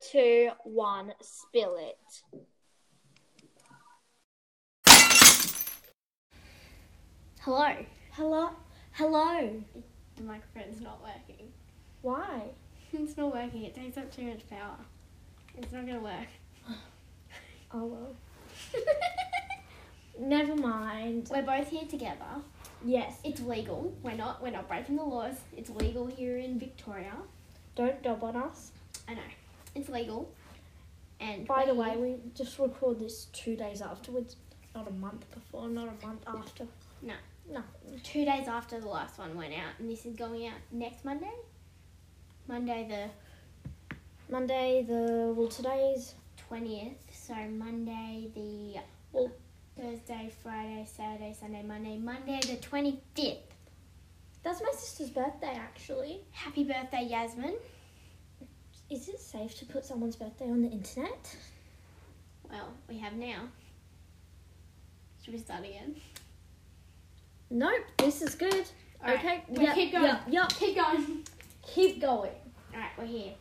two, one, spill it. Hello. Hello? Hello? The microphone's not working. Why? It's not working. It takes up too much power. It's not gonna work. Oh, well. Never mind. We're both here together. Yes, It's legal. We're not. We're not breaking the laws. It's legal here in Victoria. don't dob on us. I know. It's legal. And By the we- way, we just record this two days afterwards. Not a month before, not a month after. No. No. two days after the last one went out, and this is going out next Monday. Monday the Monday, the. Well, today's. twentieth. So Monday the Well- Thursday, Friday, Saturday, Sunday, Monday, Monday the twenty fifth. That's my sister's birthday, actually. Happy birthday, Yasmin. Is it safe to put someone's birthday on the internet? Well, we have now. Should we start again? Nope, this is good. Alright, okay, we yep, keep going. Yep, yep, Keep going. keep going. All right, we're here.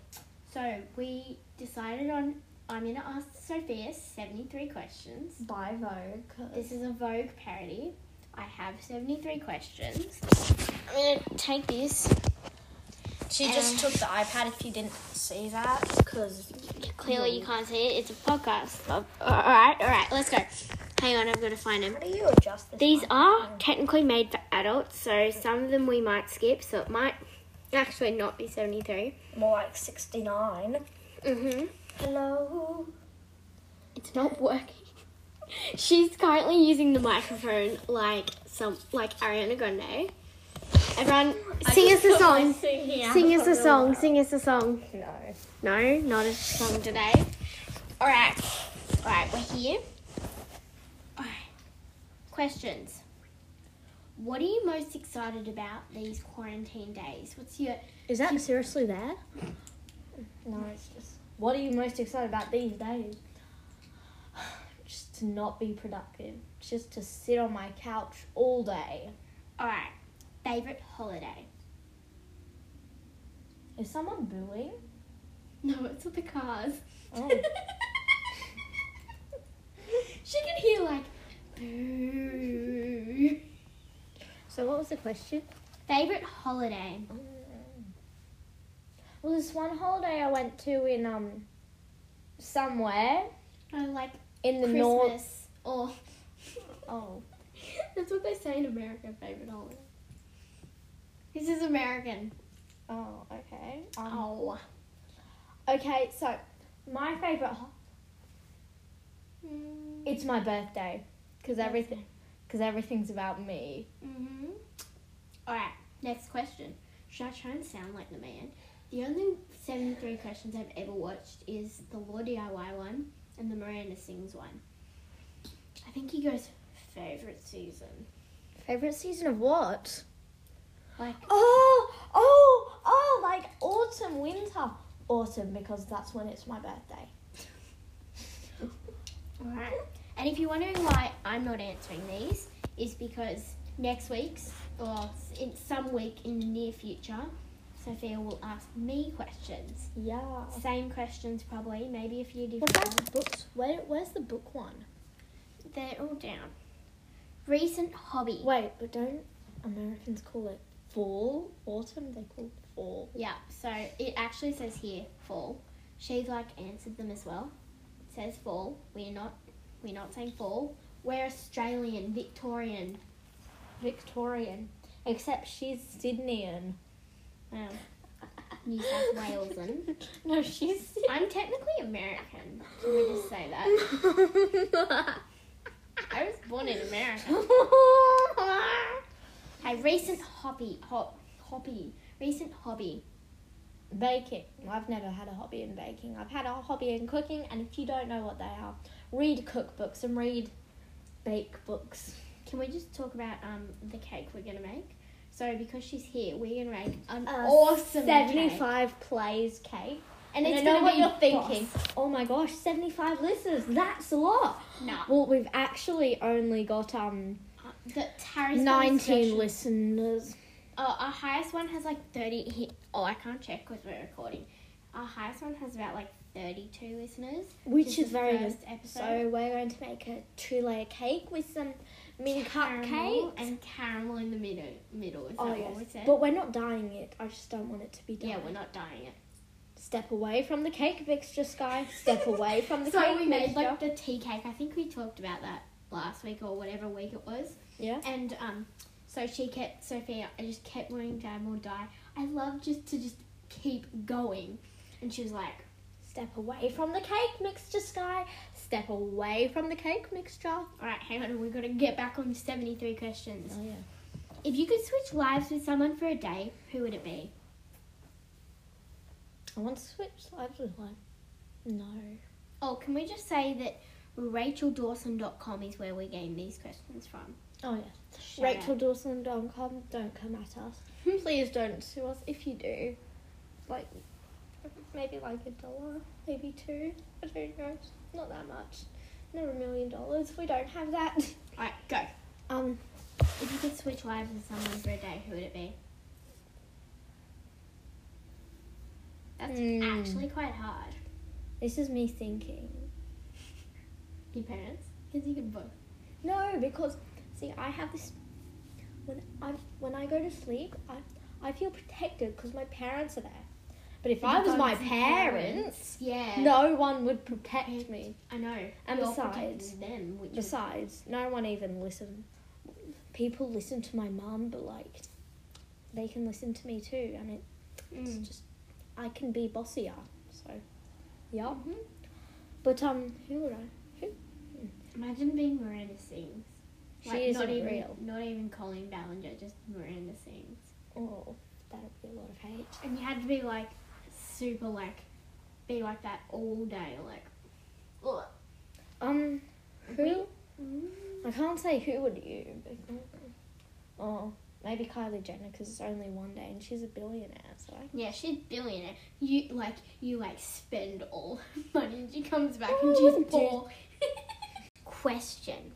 So we decided on. I'm gonna ask Sophia seventy three questions. Bye, Vogue. This is a Vogue parody. I have 73 questions. I'm gonna take this. She Um, just took the iPad if you didn't see that, because Clearly, you can't see it. It's a podcast. All right, all right, let's go. Hang on, I've got to find them. How do you adjust this? These one? are technically made for adults, so some of them we might skip, so it might actually not be 73. more like sixty-nine. Mm-hmm. Hello. It's not working. She's currently using the microphone like some like Ariana Grande. Everyone, sing us a song. Sing us a song. Sing us a song. No. No, not a song today. All right, all right, we're here. All right, questions. What are you most excited about these quarantine days? What's your Is that seriously there? No, it's just. What are you most excited about these days? Just to not be productive. Just to sit on my couch all day. all right favorite holiday? Is someone booing? No, it's with the cars. Oh. she can hear like boo. So, what was the question? Favorite holiday? Well, this one holiday I went to in um somewhere I like in the Christmas north. or Oh, That's what they say in America, favorite holiday. This is American. oh, okay. Um, Oh. Okay, so my favorite. Ho- mm, it's my birthday because everything because everything's about me. Mm-hmm. Alright, next question. Should I try and sound like the man? The only 73 questions I've ever watched is the Law DIY one and the Miranda Sings one. I think he goes, favorite season. Favorite season of what? Like, Oh, oh, oh! Like autumn, winter, autumn because that's when it's my birthday. Alright. And if you're wondering why I'm not answering these, is because next week's or in some week in the near future, Sophia will ask me questions. Yeah. Same questions probably, maybe a few What different about ones. the books? Where, where's the book one? They're all down. Recent hobby. Wait, but don't Americans call it fall? Autumn? They call it fall. Yeah, so it actually says here fall. She's like answered them as well. It says fall. We're not we're not saying fall. We're Australian, Victorian. Victorian. Except she's Sydneyan. Um, New South Walesan. No, she's Sydney. I'm technically American. Can we just say that? I was born in America. My recent hobby, hop, hobby, recent hobby. baking. I've never had a hobby in baking. I've had a hobby in cooking, and if you don't know what they are, read cookbooks and read bake books. Can we just talk about um the cake we're gonna make? So because she's here, we're gonna make an A awesome cake. 75 plays cake. And And it's I know gonna what be you're boss. thinking. Oh my gosh, 75 listeners. That's a lot. No, Well, we've actually only got um Uh, the Harry's 19 list. listeners. Oh, our highest one has like thirty. He- oh, I can't check because we're recording. Our highest one has about like 32 listeners. which is the very good. first episode. So we're going to make a two layer cake with some mini Caramel cupcakes. and caramel in the middle. Middle. Is that oh what yes, we said? but we're not dyeing it. I just don't want it to be dyed. yeah, we're not dying it. Step away from the cake mixture, Sky. Step away from the so cake we mixture. made like the tea cake. I think we talked about that last week or whatever week it was. yeah. And um, so she kept Sophia. I just kept wanting dye more dye. I love just to just keep going. And she was like, Step away from the cake mixture, Sky. Step away from the cake mixture. "All right, hang on, we got to get back on seventy-three questions. Oh yeah. If you could switch lives with someone for a day, who would it be? I want to switch lives with one. No. Oh, can we just say that RachelDawson.com is where we gained these questions from? Oh yeah. Shout out. Rachel Dawson don't come don't come at us. Hmm. Please don't sue us if you do. Like maybe like a dollar, maybe two. I don't know. Not that much. Not a million dollars. We don't have that. All right, go. Um If you could switch lives with someone for a day, who would it be? That's Mm. actually quite hard. this is me thinking. Your parents? Because you could both. No, because see I have this when I when I go to sleep I I feel protected because my parents are there. But if But I you was go my with your parents, parents. Yeah. no one would protect me. I know. And You're besides- protecting them, which is Besides, no one even listen. People listen to my mum, but like, they can listen to me too, and it, it's Mm. just I can be bossier. So, yeah. Mhm. But um, who would I? Imagine being Miranda Sings. She isn't not even, real. Not even Colin Ballinger, just Miranda Sings. Oh, that would be a lot of hate. And you had to be like super like, be like that all day, like. ugh. Um, who? Mm. I can't say who would you. But, oh, maybe Kylie Jenner because it's only one day and she's a billionaire. So I. Yeah, she's billionaire. You like you like spend all her money. and She comes back Oh, I and wouldn't she's do- poor. Question: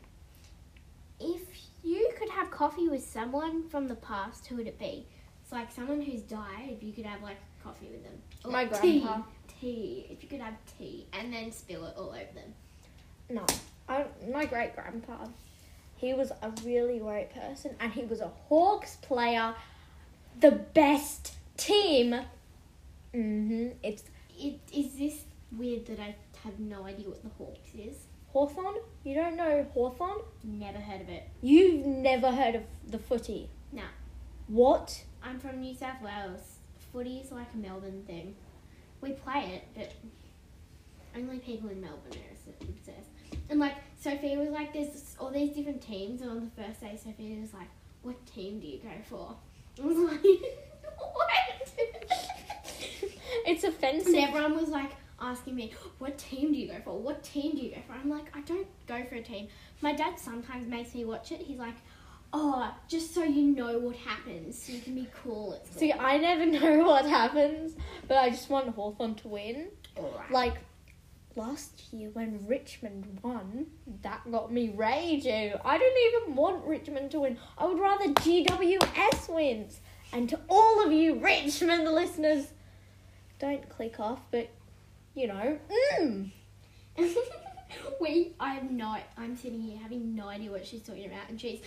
If you could have coffee with someone from the past, who would it be? It's like someone who's died. If you could have like coffee with them, Or My tea, grandpa. Tea. If you could have tea and then spill it all over them. No, I, my great grandpa, he was a really great person, and he was a Hawks player, the best team. hmm It's It, is this weird that I have no idea what the Hawks is? Hawthorn. You don't know Hawthorn? Never heard of it. You've never heard of the footy. No. What? I'm from New South Wales. Footy is like a Melbourne thing. We play it, but only people in Melbourne are obs- obsessed. And like Sophia was like, there's all these different teams, and on the first day, Sophia was like, "What team do you go for?" I was like, "What?" It's offensive. And everyone was like asking me, what team do you go for? What team do you go for? I'm like, I don't go for a team. My dad sometimes makes me watch it. He's like, oh, just so you know what happens, so you can be cool at school. See, I never know what happens, but I just want Hawthorn to win. Alright. Like last year when Richmond won, that got me raging. I don't even want Richmond to win. I would rather GWS wins. And to all of you Richmond listeners, don't click off, but you know, mm. we, I have no, I'm sitting here having no idea what she's talking about, and she's.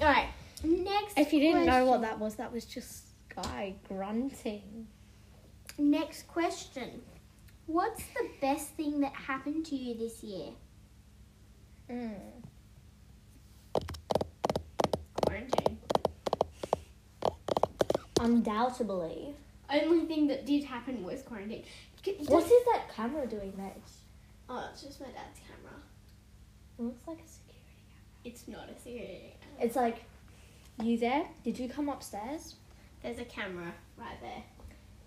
Alright, next. If you didn't know what question. that was, that was just Sky grunting. Next question. What's the best thing that happened to you this year? Mm. Quarantine. Undoubtedly. only thing that did happen was quarantine. C- What is that camera doing next? Oh, it's just my dad's camera. It looks like a security. It's not a security. camera. It's like, you there? Did you come upstairs? There's a camera right there.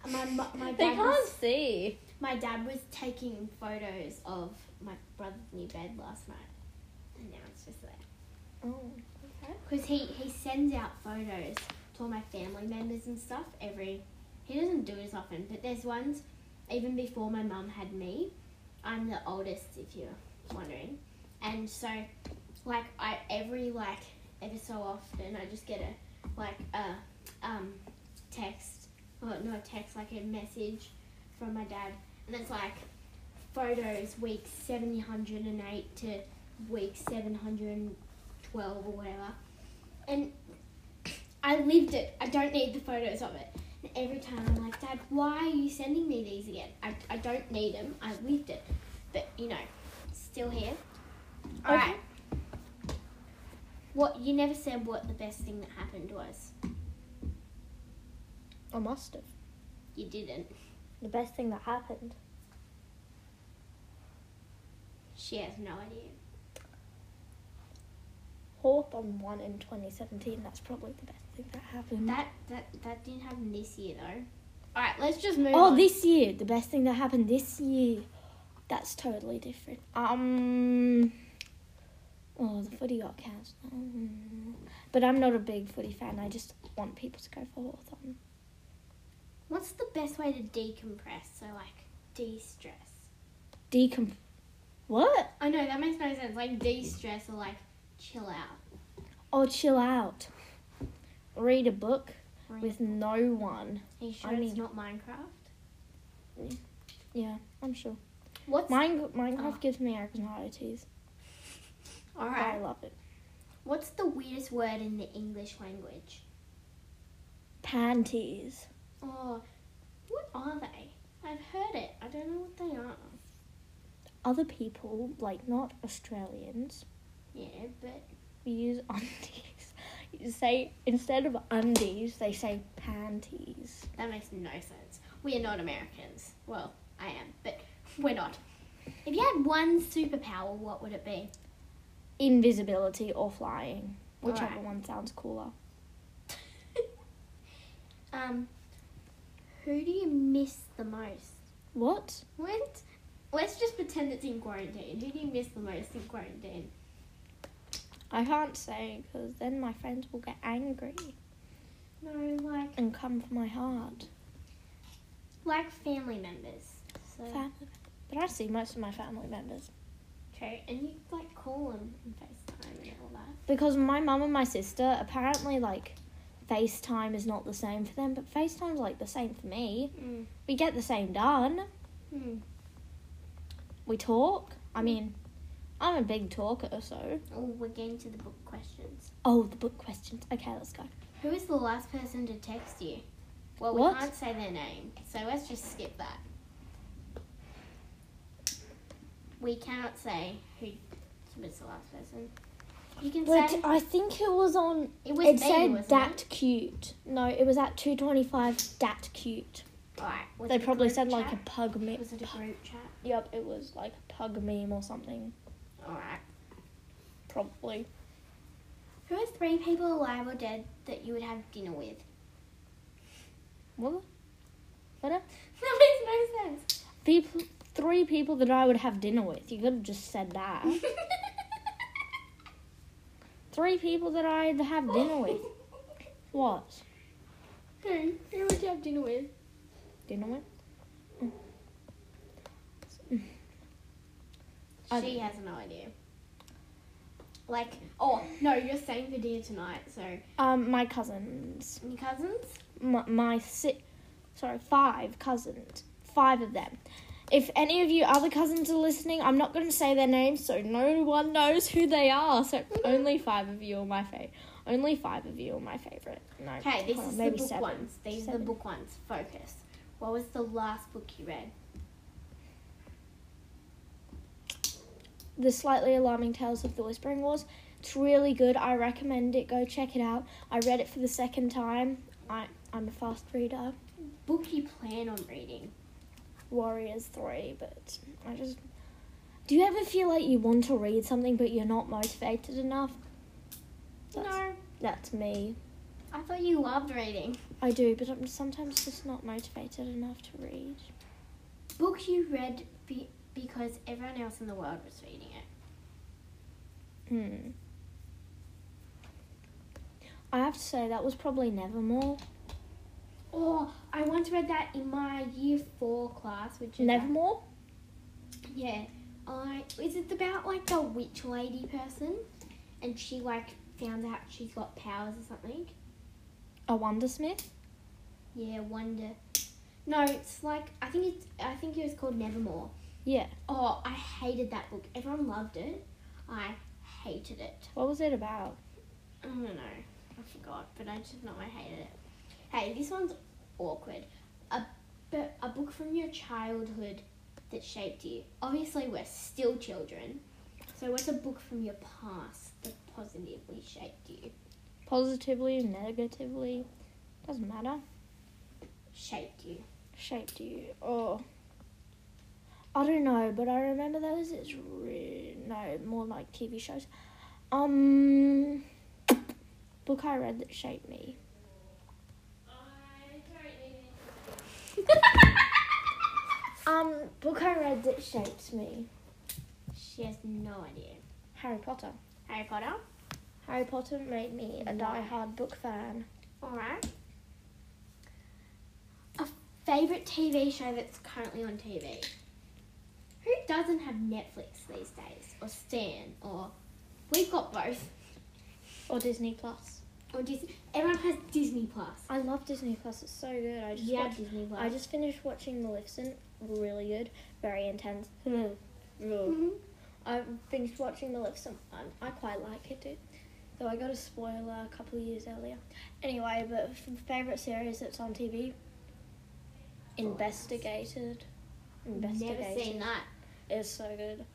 And My mu- my They dad can't was, see. my dad was taking photos of my brother's new bed last night, and now it's just there. Oh, okay. Cause he he sends out photos to all my family members and stuff every. He doesn't do it as often, but there's ones even before my mum had me. I'm the oldest, if you're wondering, and so like I every like ever so often I just get a like a um text or no a text like a message from my dad, and it's like photos week seven hundred and eight to week seven hundred and twelve or whatever. And I lived it. I don't need the photos of it. And every time I'm like, Dad, why are you sending me these again? I, I don't need them. I lived it. But you know, still here. All right. What you never said what the best thing that happened was. I must have. You didn't. The best thing that happened. She has no idea. Hawthorn won in 2017. That's probably the best thing that happened. That that that didn't happen this year though. All right, let's just move. oh, on. this year. The best thing that happened this year. That's totally different. Um. Oh, the footy got cancelled. Mm. But I'm not a big footy fan. I just want people to go for Hawthorn. What's the best way to decompress? So like de-stress. Decom. What? I know that makes no sense. Like de-stress or like chill out. Oh, chill out. Read a book Right? with no one. Are you sure I it's mean- not Minecraft? Yeah, I'm sure. What's Mine, Minecraft Oh. gives me anxieties. all but I right? love it. What's the weirdest word in the English language? Panties. Oh, what are they? I've heard it. I don't know what they are. Other people, like not Australians, Yeah, but we use undies. You say instead of undies, they say panties. that makes no sense. We are not Americans. Well, I am, but we're not. If you had one superpower, what would it be? Invisibility or flying, whichever Alright. one sounds cooler. Um, who do you miss the most? What? What? Let's just pretend it's in quarantine. Who do you miss the most in quarantine? I can't say because then my friends will get angry No, like and come for my heart. like family members. So Family. But I see most of my family members true, and you like call them and FaceTime and all that. because my mum and my sister apparently like FaceTime is not the same for them, but FaceTime's like the same for me. Mm. We get the same done. Mm. We talk. I mean, I'm a big talker, so. Oh, we're getting to the book questions. Oh, the book questions. Okay, let's go. Who is the last person to text you? Well, we What? can't say their name, so let's just skip that. We cannot say who was the last person. You can But say I think it was on. it was it me, said wasn't dat it? cute. No, it was at two twenty-five. Dat cute. All right. was they it a probably group said like chat? a pug meme. Was it a group chat? Yep, it was like a pug meme or something. All right. Probably. Who are three people alive or dead that you would have dinner with? What? That makes no sense. People, three people that I would have dinner with. You could have just said that. three people that I'd have dinner with. What? Who? Who would you have dinner with? Dinner with? I- She has no idea. Like, oh no, you're staying for dinner tonight. So Um, my cousins. your cousins? my, my six, sorry, five cousins, five of them. If any of you other cousins are listening, I'm not going to say their names, so no one knows who they are. So only five of you are my favorite. Only five of you are my favorite. No, Okay, this hold on, is the maybe book seven. ones. These are the Seven. book ones. Focus. What was the last book you read? The slightly alarming tales of the Whispering Wars. It's really good. I recommend it. Go check it out. I read it for the second time. I I'm a fast reader. Book you plan on reading? Warriors Three, but I just. Do you ever feel like you want to read something but you're not motivated enough? That's, No, That's me. I thought you loved reading. I do, but I'm sometimes just not motivated enough to read. Book you read be- because everyone else in the world was reading it. Hmm. I have to say that was probably Nevermore. Oh, I once read that in my year four class, which is Nevermore? yeah. I is it about like the witch lady person, and she like found out she's got powers or something. A Wondersmith? Yeah, wonder. No, it's like I think it's I think it was called Nevermore. Yeah. Oh, I hated that book. Everyone loved it. I hated it. What was it about? I don't know. I forgot, but I just know I hated it. Hey, this one's awkward. A, bu- a book from your childhood that shaped you. Obviously, we're still children. So, what's a book from your past that positively shaped you? Positively, negatively? Doesn't matter. Shaped you. Shaped you. Or. I don't know, but I remember there was this. Re- no, more like TV shows. Um. Book I read that shaped me. Um, book I read that shaped me. She has no idea. Harry Potter. Harry Potter? Harry Potter made me a die-hard book fan. Alright. A favourite TV show that's currently on TV. Who doesn't have Netflix these days? Or Stan? Or. We've got both. Or Disney Plus. Or Disney. Everyone has Disney Plus. I love Disney Plus. It's so good. I just yeah, watched- Disney Plus. I just finished watching Maleficent. Really good. Very intense. Mhm. I finished watching Maleficent. Um, I quite like it too. Though I got a spoiler a couple of years earlier. Anyway, but f- favourite series that's on TV? Investigated. Investigated. Never seen that. It's so good.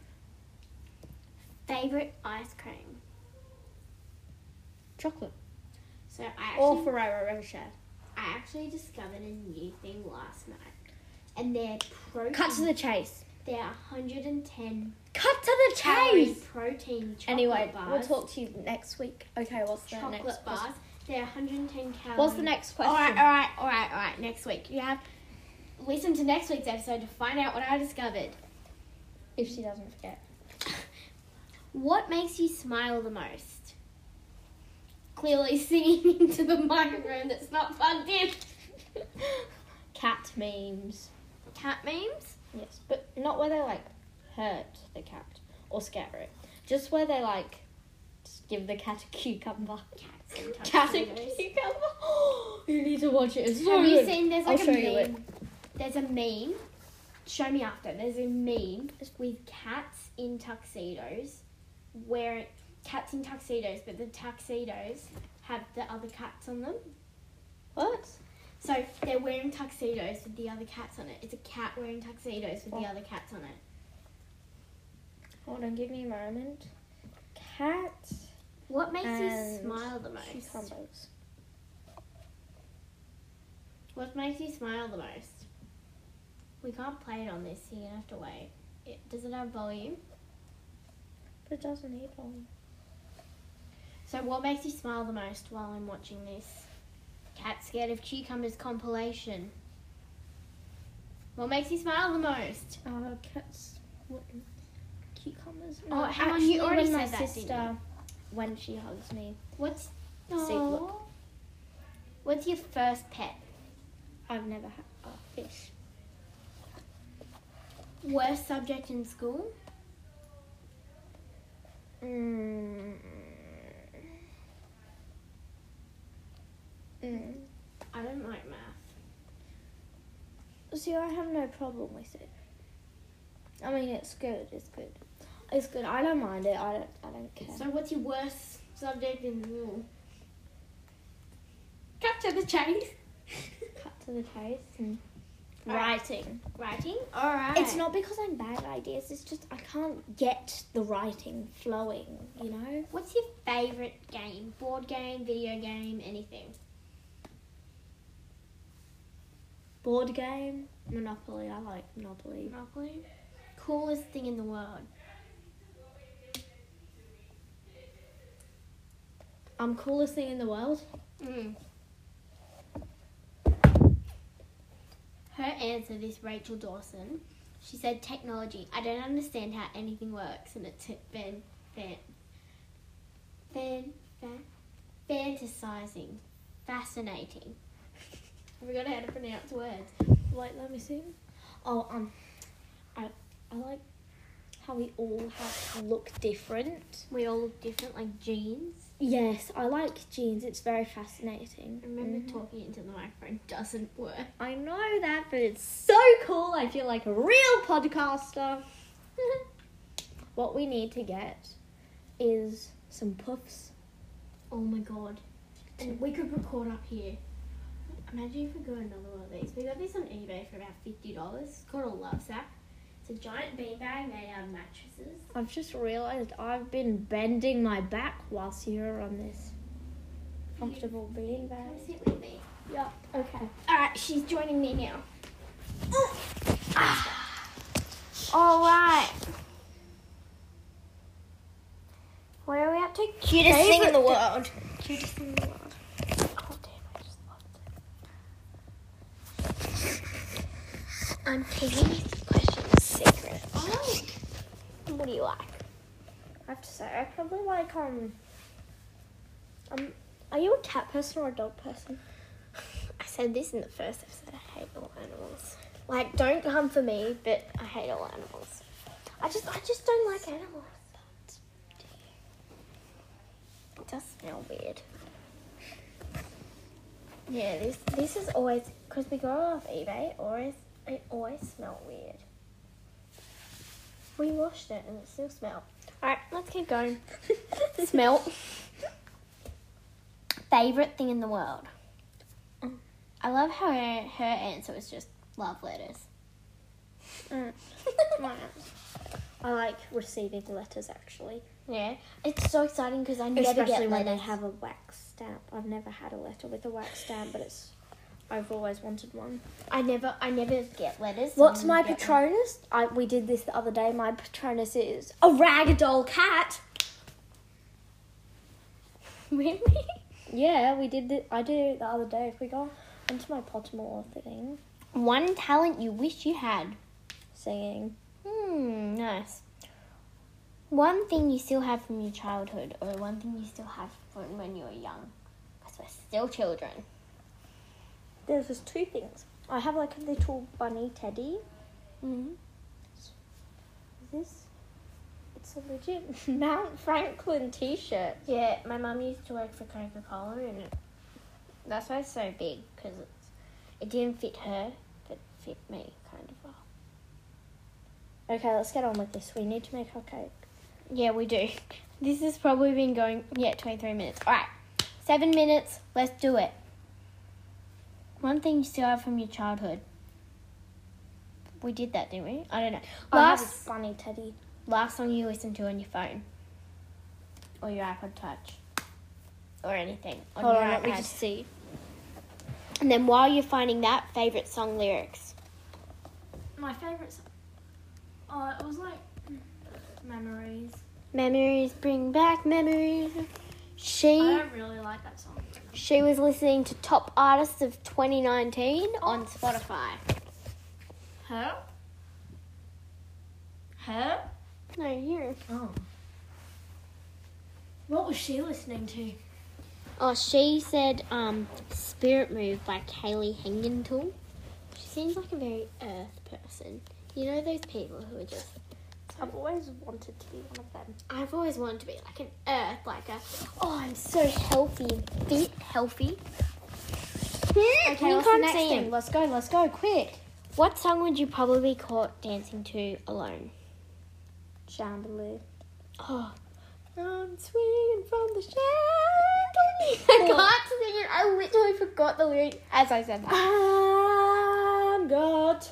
Favorite ice cream. Chocolate. So I actually, Or Ferrero Rocher. I actually discovered a new thing last night, and they're protein. Cut to the chase. They're 110 Cut to the calorie chase! protein chocolate Anyway, bars. we'll talk to you next week. Okay, what's the chocolate next bars. question? They're 110 calories. What's the next question? All right, all right, all right, all right. Next week, you have listen to next week's episode to find out what I discovered. If she doesn't forget. What makes you smile the most? Clearly singing into the microphone that's not plugged in. Cat memes. Cat memes? Yes, but not where they like hurt the cat or scare it. Just where they like just give the cat a cucumber. Cats sometimes Cat do a those. cucumber. you need to watch it. It's so Have you good. seen there's I'll like show a you it. meme? There's a meme. Show me after. There's a meme with cats in tuxedos, where cats in tuxedos, but the tuxedos have the other cats on them. What? So they're wearing tuxedos with the other cats on it. It's a cat wearing tuxedos with Oh. the other cats on it. Hold on, give me a moment. Cat What makes And you smile the most? cucumbers. What makes you smile the most? We can't play it on this, so you're gonna have to wait. It, does it have volume? But it doesn't need one. So, what makes you smile the most while I'm watching this? Cat Scared of Cucumbers compilation. What makes you smile the most? Uh, cats. What? Cucumbers. Oh, hang on, you already when my said that, didn't sister, when she hugs me, What's Let's take a look. Aw. What's your first pet? I've never had a fish. Worst subject in school? Mm. Mm. I don't like math. See, I have no problem with it. I mean, it's good. It's good. It's good. I don't mind it. I don't. I don't care. So, what's your worst subject in school? Capture the chase. Cut to the chase and writing. Writing? Alright. It's not because I'm bad at ideas. It's just I can't get the writing flowing. You know. What's your favourite game? Board game, video game, anything? Board game, Monopoly. I like Monopoly. Monopoly. Coolest thing in the world. I'm coolest thing in the world. Mm. Her answer this Rachel Dawson. She said technology. I don't understand how anything works, and it's fan fan fan fan fantasizing, fascinating. I forgot how to pronounce words. Like, let me see. Oh, um, I I like how we all have to look different. We all look different, like jeans. Yes, I like jeans. It's very fascinating. Mm-hmm. I remember talking into the microphone doesn't work. I know that, but it's so cool. I feel like a real podcaster. what we need to get is some puffs. Oh my god. And we could record up here. Imagine if we got another one of these. We got this on eBay for about fifty dollars. It's called a love sack. It's a giant beanbag made out of mattresses. I've just realised I've been bending my back whilst you were on this comfortable bean Can bag. I sit with me? Yep. Okay. Alright, she's joining me now. All right. Where are we up to? Cutest thing in the world. Cutest thing in the world. Oh, damn, I just lost it. I'm taking these questions secret. Oh What do you like? I have to say, I probably like um. Um, are you a cat person or a dog person? I said this in the first episode. I hate all animals. Like, don't come for me, but I hate all animals. I just, I just don't like animals. It does smell weird. Yeah, this, this is always because we got it off eBay. Always, it always smelled weird. We washed it and it still smelled. All right, let's keep going. smell. Favorite thing in the world. I love how her, her answer was just love letters. Mm. I like receiving letters actually, Yeah. It's so exciting because I never especially get when letters. they have a wax stamp. I've never had a letter with a wax stamp, but it's. I've always wanted one. I never I never get letters. so What's when my you get one- Patronus? I, we did this the other day. My Patronus is a ragdoll cat. Really? Yeah, we did. Th- I did it the other day. If we go into my Pottermore thing, One talent you wish you had. singing. Hmm, nice. One thing you still have from your childhood, or one thing you still have from when you were young, because we're still children. There's just two things. I have like a little bunny teddy. Mm-hmm. This, it's a legit Mount Franklin T-shirt. Yeah, my mum used to work for Coca Cola, and it, that's why it's so big because it didn't fit her, but fit me kind of well. Okay, let's get on with this. We need to make our cake. Yeah, we do. This has probably been going, yeah, 23 minutes. All right, seven minutes, let's do it. One thing you still have from your childhood. We did that, didn't we? I don't know. I have Last, a bunny teddy. last song you listened to on your phone, or your iPod Touch, or anything. On Hold your on, iPad. let me just see. And then while you're finding that, favorite song lyrics. my favorite song. Uh, it was like memories. Memories bring back memories. She. I don't really like that song. She was listening to Top Artists of 2019 on Spotify. Her? Her? No, you. Oh. What was she listening to? Oh, she said um, Spirit Move by Kaylee Hengentool. She seems like a very earth person. You know those people who are just. I've always wanted to be one of them. I've always wanted to be like an earth, like a. Oh, I'm so healthy and fit, healthy. okay, what's the next thing? Let's go. Let's go quick. What song would you probably be caught dancing to alone? Chandelier. Oh, I'm swinging from the chandelier. I can't sing it. I literally forgot the lyric as I said that. Ah. I'm got to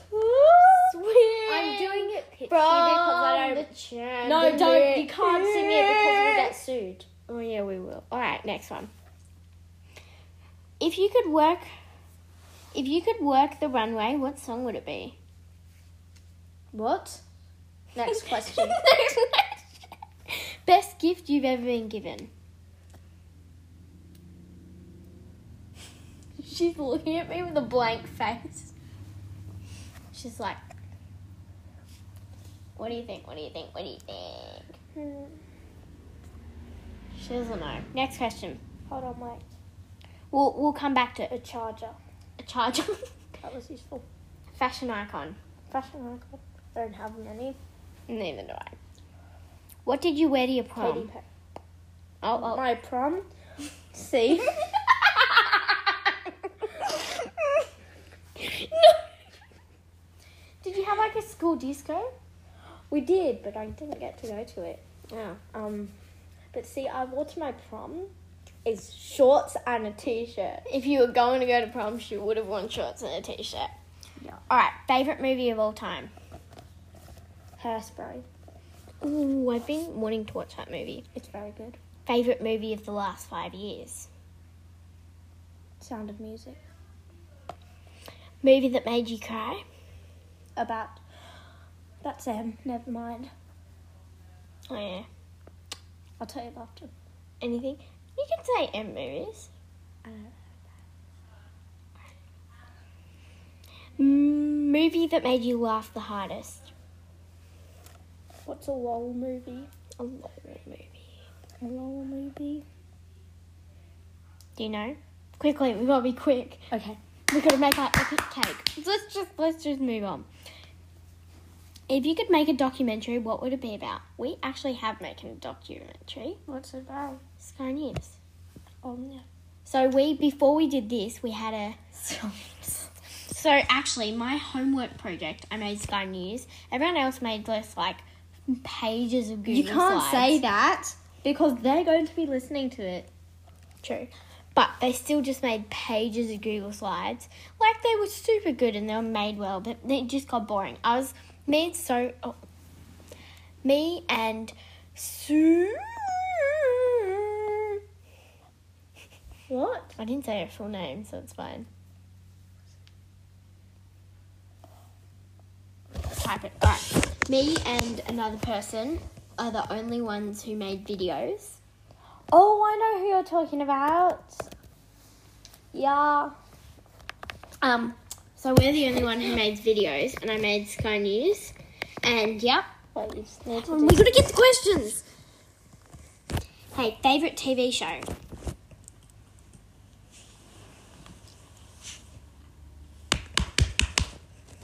swing. I'm doing it pitchy From because I the don't. chandelier. No, don't. You can't sing it because you'll get sued. Oh yeah, we will. All right, next one. If you could work, if you could work the runway, what song would it be? What? Next question. Next question. Best gift you've ever been given. She's looking at me with a blank face. She's like, What do you think? What do you think? What do you think? Hmm, She doesn't know. Next question. Hold on, Mike. We'll, we'll come back to it. A charger. A charger. That was useful. Fashion icon. Fashion icon. Don't have many. Neither do I. What did you wear to your Katy prom? Perry. Oh, my prom. See. no. Did you have like a school disco? We did, but I didn't get to go to it. Yeah. Um, but see, I wore to my prom is shorts and a t-shirt. If you were going to go to prom, she would have worn shorts and a t-shirt. Yeah. All right, favorite movie of all time. Hairspray. Ooh, I've been wanting to watch that movie. It's very good. Favorite movie of the last five years. Sound of Music. Movie that made you cry. About. That's Em. Never mind. Oh yeah. I'll tell you after. Anything. You can say M movies. I don't know. Mm, Movie that made you laugh the hardest. What's a LOL movie? A lot of movie. A LOL movie. Do you know? Quickly, we gotta be quick. Okay. We gotta make our epic cake. Let's just let's just move on. If you could make a documentary, what would it be about? We actually have making a documentary. What's it about? Sky News. Oh yeah. So we before we did this, we had a so actually my homework project I made Sky News. Everyone else made just like pages of Google You can't slides. say that because they're going to be listening to it. True. But they still just made pages of Google Slides. Like they were super good and they were made well, but they just got boring. I was me and so oh, me and Sue. What? I didn't say her full name, so it's fine. Type it. Alright. Me and another person are the only ones who made videos. Oh, I know who you're talking about. Yeah. Um, so we're the only one who made videos, and I made Sky News, and yep. Wait, you just need to Um, We're do. gonna get the questions. Hey, favorite TV show?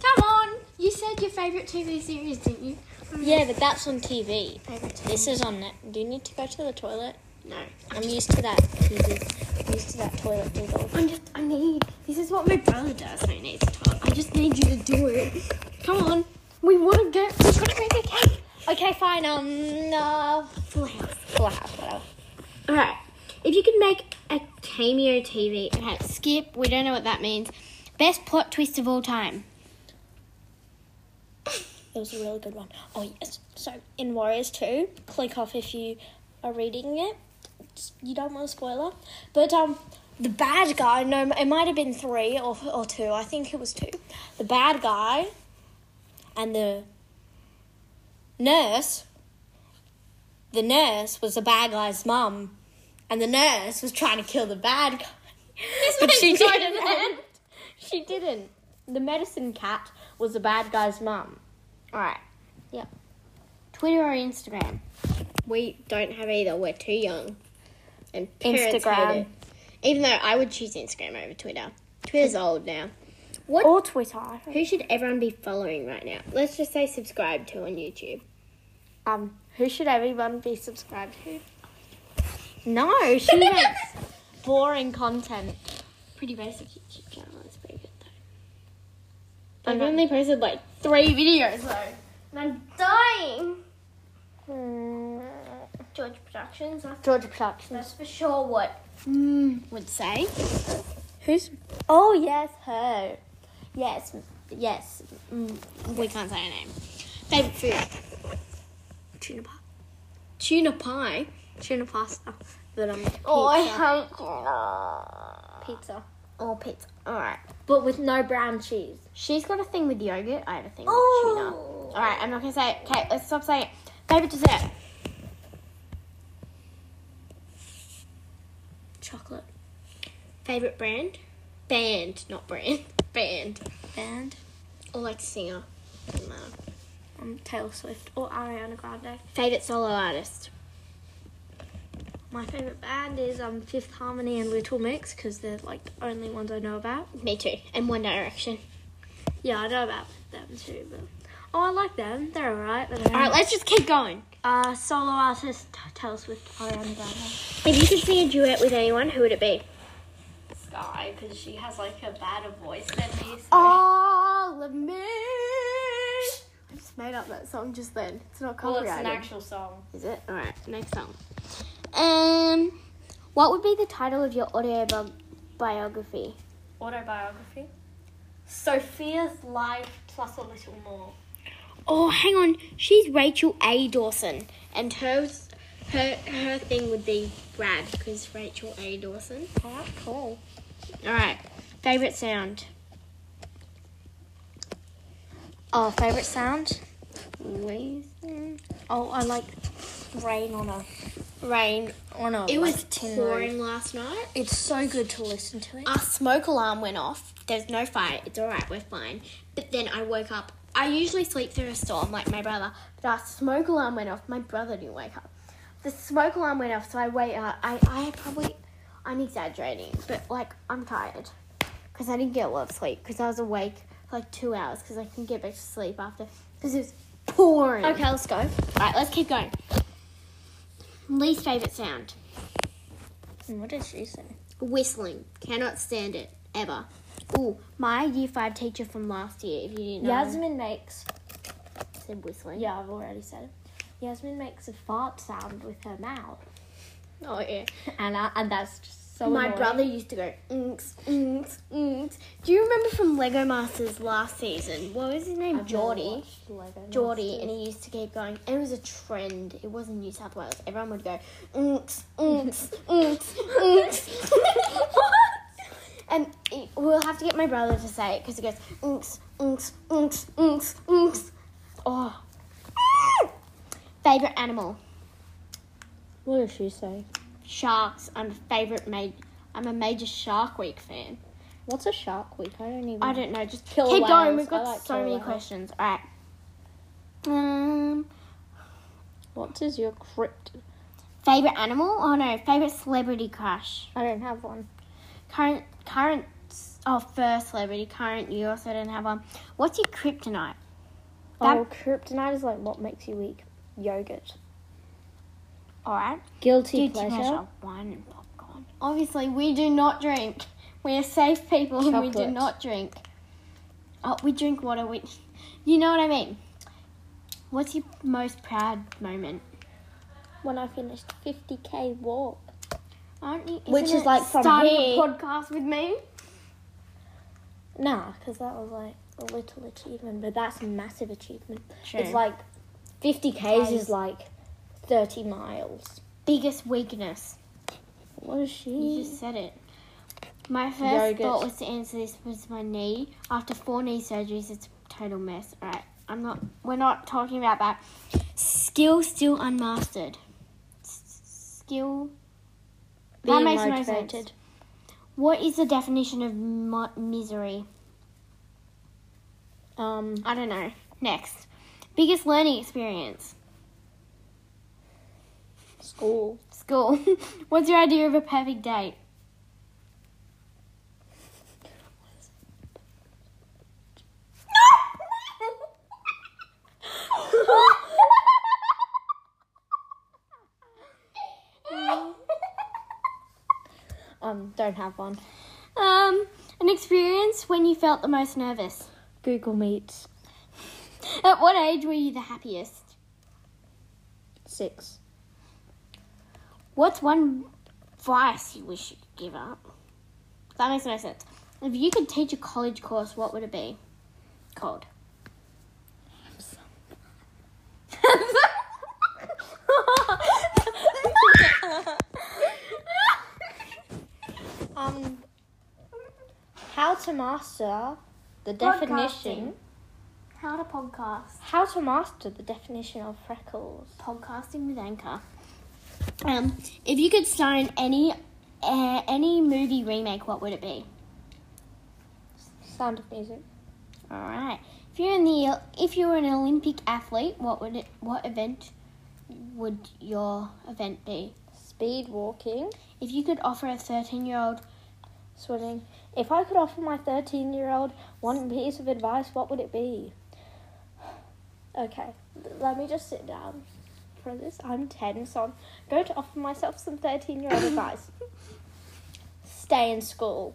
Come on! You said your favourite TV series, didn't you? Yeah, but that's on TV. Favourite TV. This is on net. Do you need to go to the toilet? No. I'm used to that. TV. I'm used to that toilet giggle. I'm just, I need, this is what my brother does when he needs to talk. I just need you to do it. Come on. We want to get, we got to make a cake. Okay, fine. Um, no. Full house. Full house, whatever. Alright. If you could make a cameo TV, Okay, skip. We don't know what that means. Best plot twist of all time. It was a really good one. Oh yes. So in Warriors Two, click off if you are reading it. Just- You don't want a spoiler, but um, the bad guy. No, it might have been three or or two. I think it was two. The bad guy and the nurse. The nurse was the bad guy's mum, and the nurse was trying to kill the bad guy. but she didn't. She didn't. The medicine cat was the bad guy's mum. Alright. Yep. Twitter or Instagram? We don't have either. We're too young. And parents Instagram. hate it. Even though I would choose Instagram over Twitter. Twitter's old now. Or Twitter. Who should everyone be following right now? Let's just say subscribe to on YouTube. Um, who should everyone be subscribed to? No, she makes boring content. pretty basic YouTube channel. It's pretty good though. I've only posted like three videos though. I'm dying! George Productions, I Georgia Productions. That's for sure what. would say. Who's? Oh yes, her. Yes, yes. Mm, We can't say her name. Favorite food? Tuna pie. Tuna pie. Tuna pasta. But um, Oh, I pizza. hate pizza, Oh, pizza. All right. but with no brown cheese. She's got a thing with yogurt. I have a thing Oh. with tuna. All right. I'm not gonna say it. Okay, let's stop saying it. Favorite dessert? Chocolate. Favorite brand? Band, not brand. Band. Band. Or like singer. Doesn't matter. Um, Taylor Swift or Ariana Grande. Favorite solo artist? My favourite band is um, Fifth Harmony and Little Mix because they're like the only ones I know about. Me too. And One Direction. Yeah, I know about them too, but. Oh, I like them. They're alright, but I don't. All right. Let's just keep going. Uh, solo artist Taylor Swift, Ariana Grande. If you could sing a duet with anyone, who would it be? Sky, because she has like a better voice than me. So. All of Oh, me. I just made up that song just then. It's not Well, copyrighted. it's an actual song. Is it? All right. Next song. Um, what would be the title of your autobiography? Autobiography. Sophia's Life Plus a Little More. Oh, hang on. She's Rachel A. Dawson, and hers, her her thing would be Brad, because Rachel A. Dawson. Oh, cool. All right. Favorite sound. Oh, favorite sound. Always. Oh, I like rain on a rain on a. It was tin pouring last night. It's so good to listen to it. Uh, Our smoke alarm went off. There's no fire. It's all right. We're fine. But then I woke up. I usually sleep through a storm like my brother, but our smoke alarm went off. My brother didn't wake up. The smoke alarm went off, so I wait. Uh, I I probably I'm exaggerating, but like I'm tired because I didn't get a lot of sleep because I was awake for like two hours because I couldn't get back to sleep after because it was pouring. Okay, let's go. all right, let's keep going. Least favorite sound. What did she say? Whistling. Cannot stand it. Ever. Ooh, my year five teacher from last year, if you didn't know, Yasmin makes. said whistling. Yeah, I've already said it. Yasmin makes a fart sound with her mouth, Oh, yeah. and I, and that's just so. my annoying. brother used to go, inks, inks, inks. Do you remember from Lego Masters last season? What was his name? I've never Geordie. watched Lego Geordie, Masters. and he used to keep going. And it was a trend. It was in New South Wales. Everyone would go, inks, inks, inks, inks. and it- we'll have to get my brother to say it because he goes, inks, inks, inks, inks, inks. Oh. Favorite animal? What did she say? Sharks. I'm a favorite ma I'm a major Shark Week fan. What's a shark week? I don't even. I don't know. Just Mm. Killer keep going. whales. We've got I like so killer many whales. questions. All right. Um, What is your crypt? favorite animal? Oh no, favorite celebrity crush. I don't have one. Current, current. Oh, first celebrity. Current. You also don't have one. What's your kryptonite? That- Oh, kryptonite is like what makes you weak. Yogurt. All right. Guilty Guilty pleasure. pleasure. Wine and popcorn. Obviously, we do not drink. We are safe people, and we do Chocolate. not drink. Oh, we drink water. We, you know what I mean. What's your most proud moment? When I finished 50k walk. Aren't you? Which isn't is it like from starting here. a podcast with me. Nah, because that was like a little achievement, but that's a massive achievement. True. It's like 50k's is like 30 miles. biggest weakness. What is You she? just said it. My first Yogurt. thought was to answer this was my knee. After four knee surgeries, it's a total mess. All right, I'm not. We're not talking about that. Skill still unmastered. S- Skill. that Being makes no motivated. sense. What is the definition of mo- misery? Um, I don't know. Next, biggest learning experience. school. School. What's your idea of a perfect date? Um, don't have one. Um, an experience when you felt the most nervous. Google Meets. At what age were you the happiest? Six. What's one vice you wish you could give up? That makes no sense. If you could teach a college course, what would it be called? Um, how to master the definition. How to podcast. How to master the definition of freckles. Podcasting with Anchor. Um, if you could star in any uh, any movie remake, what would it be? Sound of music. All right. If you're in the if you were an Olympic athlete, what would it what event would your event be? Speed walking. If you could offer a 13-year-old Swimming. If I could offer my 13 year old one piece of advice, what would it be? Okay, let me just sit down. for this. I'm 10, so I'm going to offer myself some 13 year old advice. Stay in school.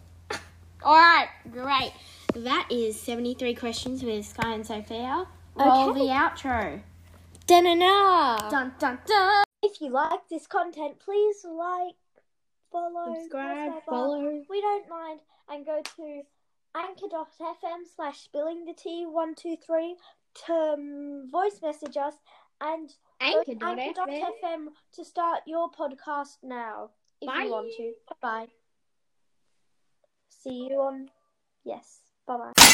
All right, great. That is 73 questions with Sky and Sophia. Roll Okay. the outro. Da-na-na! Dun dun dun. If you like this content, please like, follow, Subscribe, whatever. follow. We don't mind. And go to anchor.fm slash spilling the tea 123 to um, voice message us and go to anchor.fm to start your podcast now if Bye. you want to. Bye. See you on. Yes. Bye bye.